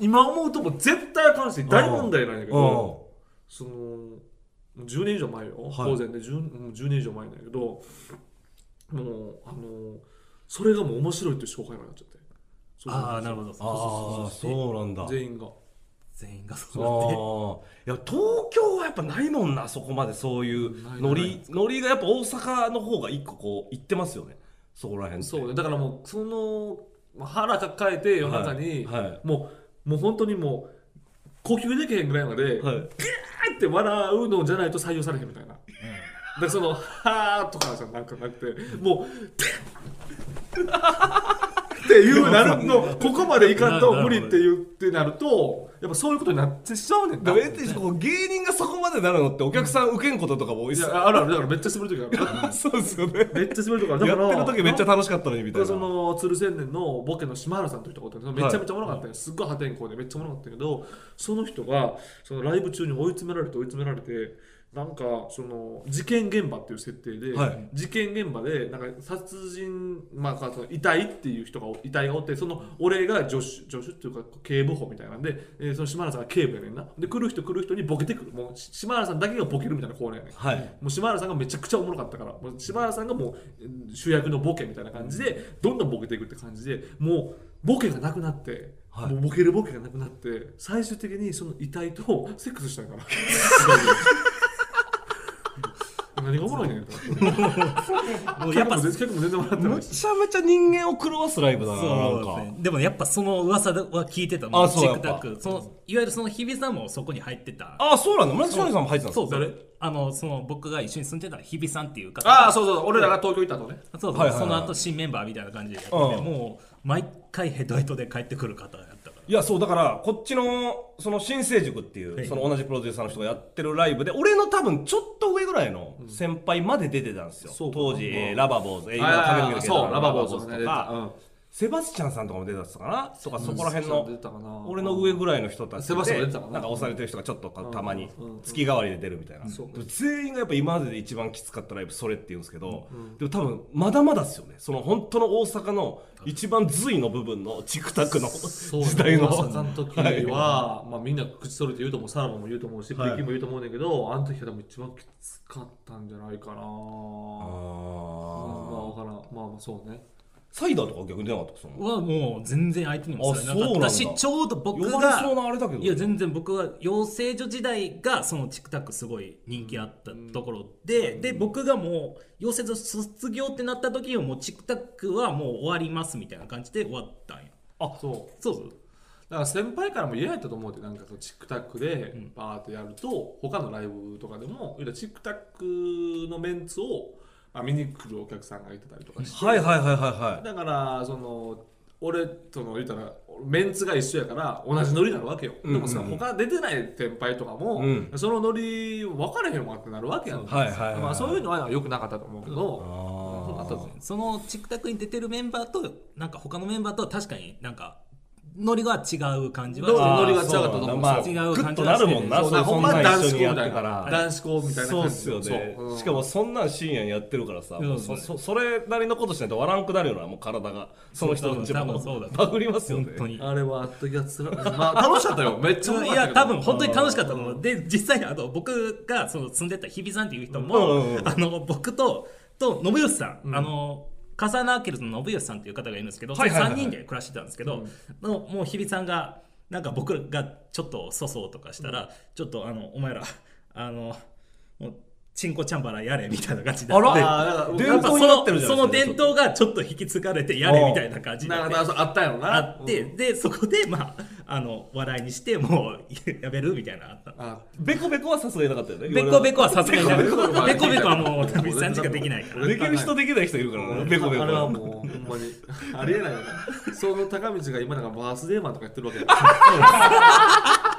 Speaker 3: 今思うともう絶対あかんし大問題なんやけど
Speaker 1: う
Speaker 3: そのもう10年以上前よ
Speaker 1: はい
Speaker 3: 当然で 10, もう10年以上前なんやけどもうあのそれがもう面白いっていう紹介になっちゃってそう
Speaker 2: ああなるほど
Speaker 1: んああそうなんだ
Speaker 3: 全員が
Speaker 2: 全員がそうな
Speaker 1: ああ
Speaker 2: って
Speaker 1: いや東京はやっぱないもんなそこまでそういう
Speaker 3: ない
Speaker 1: ノ
Speaker 3: ない
Speaker 1: リノリがやっぱ大阪の方が一個こう行ってますよねそこら辺って
Speaker 3: そうねだからもうそのまあ腹抱えて夜中に、
Speaker 1: はいはい
Speaker 3: もうもう本当にもう呼吸できへんぐらいまで、
Speaker 1: はい
Speaker 3: って笑うのじゃないと採用されへんみたいな。でその「はー」とかじゃなくなくてもう「てっ」っていうなるのここまでいかんと
Speaker 2: なるほど
Speaker 3: 無理って言ってなるとやっぱそういうことになってしまうねん
Speaker 1: で
Speaker 3: な
Speaker 1: もえってこう芸人がそこまでなるのってお客さん受けんこととかも多いっ
Speaker 3: い
Speaker 1: す
Speaker 3: やあるあるだからめっちゃ滑る時ある
Speaker 1: そうですよね
Speaker 3: めっちゃ滑る時あるだ
Speaker 1: や
Speaker 3: か
Speaker 1: っ
Speaker 3: ら
Speaker 1: てる時めっちゃ楽しかったのにみたいな
Speaker 3: その鶴仙人のボケの島原さんという人がおったんですけどめちゃめちゃおもろかったよ、すっごい破天荒でめっちゃおもろかったけどその人がそのライブ中に追い詰められて追い詰められてなんかその事件現場っていう設定で、
Speaker 1: はい
Speaker 3: 事件現場でなんか殺人、まあ、その遺体っていう人がお遺体がおってその俺が助手助手っていうか警部補みたいなんで、えーその島原さんが警部やねんなで来る人来る人にボケてくるもう島原さんだけがボケるみたいなコーナーやねん
Speaker 1: はい
Speaker 3: もう島原さんがめちゃくちゃおもろかったからもう島原さんがもうえー主役のボケみたいな感じでどんどんボケていくって感じでもうボケがなくなって、もうボケるボケがなくなって最終的にその遺体とセックスした いから何がおもろいねんと
Speaker 2: もうやっぱ
Speaker 3: 全然全然笑ってない
Speaker 1: め
Speaker 3: し
Speaker 1: ちゃめちゃ人間を狂わすライブだななん
Speaker 2: そう
Speaker 1: か
Speaker 2: ですねでもやっぱその噂は聞いてた
Speaker 1: あ
Speaker 2: もう
Speaker 1: そう
Speaker 2: チ
Speaker 1: や
Speaker 2: ッ
Speaker 1: っ
Speaker 2: ク
Speaker 1: ぱ
Speaker 2: タックそのいわゆるその日比さんもそこに入ってた
Speaker 1: あそうなんだ村田少年さんも入ってたんです
Speaker 2: そう
Speaker 1: か
Speaker 2: 誰あのその僕が一緒に住んでた日比さんっていう方
Speaker 3: ああそうそう俺らが東京行ったとね
Speaker 2: そうそう
Speaker 1: はいはいはい
Speaker 2: その後新メンバーみたいな感じでやってて、
Speaker 1: うん
Speaker 2: もう毎回ヘトヘトで帰ってくる方やったから
Speaker 1: いやそうだからこっちのその新成塾っていう、
Speaker 2: はい
Speaker 1: その同じプロデューサーの人がやってるライブで俺の多分ちょっと上ぐらいの先輩まで出てたんですよ、
Speaker 3: そうか
Speaker 1: 当時、えーラバボーズ、えー今
Speaker 3: あー
Speaker 1: 影抜けてた
Speaker 3: そうラバボーズ
Speaker 1: と
Speaker 3: と
Speaker 1: か、
Speaker 3: かねうん
Speaker 1: セバスチャンさんとかも出てたっすかなとかそこら辺
Speaker 3: セバスチャン出てたかな
Speaker 1: の俺の上ぐらいの人たちで
Speaker 3: セバスチャン出てたかな
Speaker 1: なんか押されてる人がちょっとかたまに
Speaker 3: うんうん
Speaker 1: 月替わりで出るみたいな、
Speaker 3: そう
Speaker 1: でも全員がやっぱ今までで一番きつかったライブそれって言うんですけど、でも多分まだまだっすよねその本当の大阪の一番髄の部分のチクタクの時代の
Speaker 3: 大阪の時は、まあ、みんな口それて言うと思うさらばも言うと思うし、ブリキンも言うと思うんだけどあの時は多分一番きつかったんじゃないかな
Speaker 1: あー
Speaker 3: まあわからんまあまあそうね
Speaker 1: サイダーとか逆に出なかったっすもん
Speaker 2: はもう全然相手にもされなかった
Speaker 1: あそうなん
Speaker 2: し
Speaker 1: だ
Speaker 2: ちょうど僕
Speaker 1: 呼ば
Speaker 2: が
Speaker 1: れそうなあれだけど
Speaker 2: いや全然僕は養成所時代がそのチクタクすごい人気あったところで、で僕がもう養成所卒業ってなった時にはもうチクタクはもう終わりますみたいな感じで終わったんや
Speaker 3: あそう
Speaker 2: そうそう
Speaker 3: だから先輩からも嫌やったと思うってなんかそのチックタックでバーってやると、他のライブとかでもいわゆるチックタックのメンツを、まあ、見に来るお客さんがいてたりとかして、
Speaker 1: はいはいはいはいはい
Speaker 3: だからその俺との言ったらメンツが一緒やから同じノリになるわけよ、
Speaker 1: んうん
Speaker 3: でもさ他出てない先輩とかも、
Speaker 1: うん
Speaker 3: そのノリ分かれへんわってなるわけやん、
Speaker 1: はいはいはい
Speaker 3: まあ、そういうのは良くなかったと思うけど、
Speaker 1: あ
Speaker 2: あとそのチクタクに出てるメンバーとなんか他のメンバーとは確かになんかノリが違う感じは
Speaker 3: ノリノリ
Speaker 1: ー
Speaker 3: が違ったと
Speaker 1: そう
Speaker 3: 思う
Speaker 1: なんだまあ
Speaker 2: 違
Speaker 1: グ
Speaker 2: う感じがして
Speaker 1: ッとなるもんな
Speaker 3: そう
Speaker 1: そ
Speaker 3: な
Speaker 1: うん
Speaker 3: かほ
Speaker 1: そ
Speaker 3: ん
Speaker 1: ん
Speaker 3: ま
Speaker 1: なん一
Speaker 3: 男
Speaker 1: 緒
Speaker 3: 子
Speaker 1: に
Speaker 3: 校
Speaker 1: やっ
Speaker 3: み
Speaker 1: た
Speaker 3: い
Speaker 1: てか
Speaker 3: な
Speaker 1: ら
Speaker 3: 男子校みたいな
Speaker 1: そうっ
Speaker 3: 感じ
Speaker 1: すよね
Speaker 3: そううん
Speaker 1: しかもそんなん深夜にやってるからさ
Speaker 2: うん
Speaker 1: そそそれなりのことしないと笑わんくなるようなもう体がその人の一番
Speaker 2: そうそう多分そうだ
Speaker 1: バグりますよね
Speaker 2: 本当に
Speaker 3: あれはあった気がする。まあ楽しかっ たよ。めっちゃ面
Speaker 2: い
Speaker 3: 白かった
Speaker 2: や
Speaker 3: けど
Speaker 2: 多分本当に楽しかったと思うで実際あの僕がその住んでた日比さんっていう人
Speaker 1: う
Speaker 2: も、
Speaker 1: んうんうん
Speaker 2: あの僕とと信義さん、
Speaker 3: ん
Speaker 2: あのカサナーケルズの信義さんっていう方がいるんですけど、
Speaker 1: はいはいはいはい
Speaker 2: その3人で暮らしてたんですけど、のもう日比さんがなんか僕がちょっと粗相とかしたら、ちょっとあのお前らあのもうチンコチャンバラやれみたいな感じで
Speaker 1: あら
Speaker 2: で
Speaker 3: あーだ
Speaker 1: 伝
Speaker 2: やっぱそ
Speaker 1: 統になってる
Speaker 2: の
Speaker 1: じゃな
Speaker 2: そ
Speaker 1: いですか
Speaker 2: の伝統がちょっと引き継がれてやれみたいな感じで
Speaker 3: なんかあったよな。
Speaker 2: あって、でそこでまああの笑いにしてもうやめるみたいなのあったの
Speaker 3: あ
Speaker 1: ベコベコはさすがになかったよね
Speaker 2: ベコベコはさすがにダメ
Speaker 3: ベ
Speaker 2: ベ
Speaker 3: コ
Speaker 2: コ
Speaker 3: ベコは
Speaker 2: ベコはもう旅さんしかできな いから
Speaker 3: 俺
Speaker 1: できる人できない人いるからねベコベコ
Speaker 3: あれはもうほんま にありえないよね。その高道が今なんかバースデーマンとかやってるわけだよ。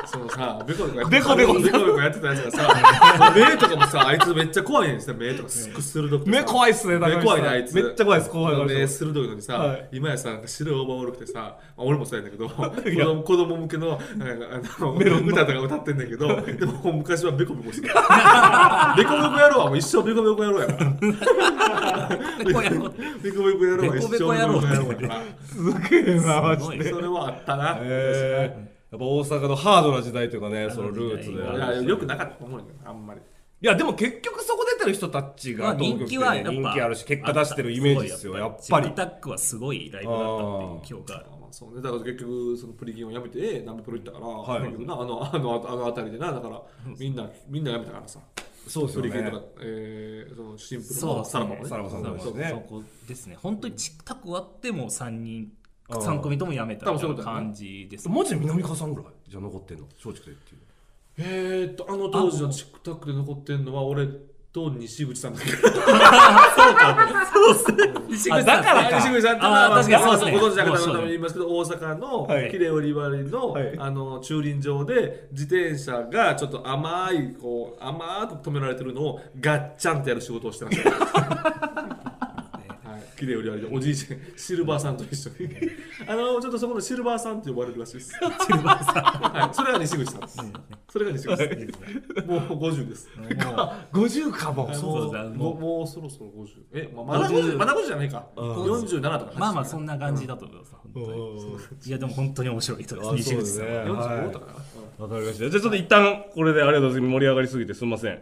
Speaker 3: そのさベコベコやって
Speaker 1: ベコベコ
Speaker 3: ベコベコやってたやつがさ目とかもさあいつめっちゃ怖いねんさ目とかすっごい鋭くてさ
Speaker 1: 目怖いっすね
Speaker 3: 目怖いねあいつ
Speaker 1: めっちゃ怖いっす後輩から
Speaker 3: 目
Speaker 1: した
Speaker 3: 鋭いのにさ、
Speaker 1: はい
Speaker 3: 今やさなんか白いオーバーオール着てさ、まあ俺もそうやねんだけど子
Speaker 1: や
Speaker 3: 供子供向けのなんかあの
Speaker 1: メロンの
Speaker 3: 歌とか歌ってんだけどでも昔はベコベコしてた ベコベコやろうはもう一生ベコベコやろうやから
Speaker 2: ベコやろうって
Speaker 3: ベコベコやろうは一生ベコベコやろうやから
Speaker 1: すげえなマジ
Speaker 2: すごい
Speaker 1: で
Speaker 2: ね
Speaker 3: それはあったな、
Speaker 1: へーやっぱ大阪のハードな時代というかねそのルーツで
Speaker 2: ハード
Speaker 3: いやよくなかったと思うよねあんまり
Speaker 1: いやでも結局そこ出てる人たち
Speaker 2: まあ
Speaker 1: が
Speaker 2: 人気はやっぱ
Speaker 1: 人気あるし結果出してるイメージですよやっぱり
Speaker 2: チックタックはすごいライブだったっていう記憶がある
Speaker 3: あまあそうね、だから結局そのプリキンをやめてナベプロ行ったから、
Speaker 1: はい
Speaker 3: 結局なあのあのあの辺りでなだからみんなみんなやめたからさ
Speaker 1: そうですよ
Speaker 3: プリキン
Speaker 1: ね
Speaker 3: とか、えー、そのシンプル
Speaker 2: そう
Speaker 3: のサラバもね
Speaker 1: さらばさんです
Speaker 2: そうそ
Speaker 1: ね
Speaker 2: こですね本当にチックタック終わってもう三人
Speaker 1: あー
Speaker 2: 三組ともやめたみたいな感じですね
Speaker 1: マジで南川さんぐらいじゃあ残ってんの松竹でっていう
Speaker 3: えー、っとあの当時のチックタックで残ってんのは俺と西口さんだけど
Speaker 2: 西
Speaker 1: あだからか
Speaker 3: 西口さんっての
Speaker 2: あー
Speaker 3: はまあ
Speaker 2: 確かにそうですね
Speaker 3: ご存知の方のために言いますけど大阪の
Speaker 1: はい
Speaker 3: 綺麗売り割りの,、
Speaker 1: はい
Speaker 3: あの駐輪場で自転車がちょっと甘いこう甘く止められてるのをガッチャンってやる仕事をしてました。はい、綺麗売り割りでおじいちゃんシルバーさんと一緒にあのちょっとそこのシルバーさんって呼ばれるらしいですシルバーさん、はい、それが西口さんですそれが西口さんですもう50です
Speaker 1: 50かも
Speaker 2: そう
Speaker 3: も
Speaker 2: だ
Speaker 3: う
Speaker 2: も
Speaker 3: も
Speaker 2: う
Speaker 3: うもうそろそろ50え、まあ、まだ
Speaker 2: 50
Speaker 3: 50, まだ50じゃないか、47とか
Speaker 2: まあまあそ
Speaker 3: ん
Speaker 2: んな感じだと思います本当にいやでも本当に面白い人です
Speaker 1: あそう
Speaker 2: 西口
Speaker 1: で
Speaker 2: さ
Speaker 1: す
Speaker 2: ん
Speaker 1: ね
Speaker 2: は
Speaker 1: は
Speaker 3: 45
Speaker 1: い
Speaker 3: とかな、
Speaker 1: わかりましたじゃあちょっと一旦これでありがとうございます盛り上がりすぎてすみません
Speaker 3: はい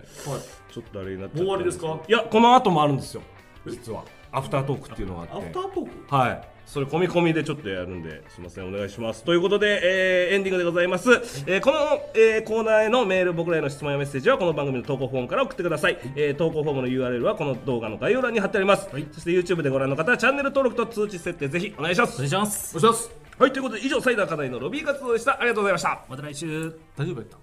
Speaker 1: ちょっとあれになっちゃった
Speaker 3: もう終わりですか
Speaker 1: いやこの後もあるんですよ実はアフタートークっていうのがあ
Speaker 3: ア
Speaker 1: っ
Speaker 3: フ
Speaker 1: て
Speaker 3: タートーク
Speaker 1: はいそれ込み込みでちょっとやるんですいませんお願いしますということで、えーエンディングでございます、えーこの、えーコーナーへのメール僕らへの質問やメッセージはこの番組の投稿フォームから送ってください、えー投稿フォームの URL はこの動画の概要欄に貼ってあります、そして YouTube でご覧の方はチャンネル登録と通知設定ぜひお願いしま
Speaker 2: お
Speaker 1: す
Speaker 2: 願いします
Speaker 3: お願いします
Speaker 1: はいということで以上サイダー課題のロビー活動でしたありがとうございました
Speaker 2: また来週
Speaker 3: 大丈夫やった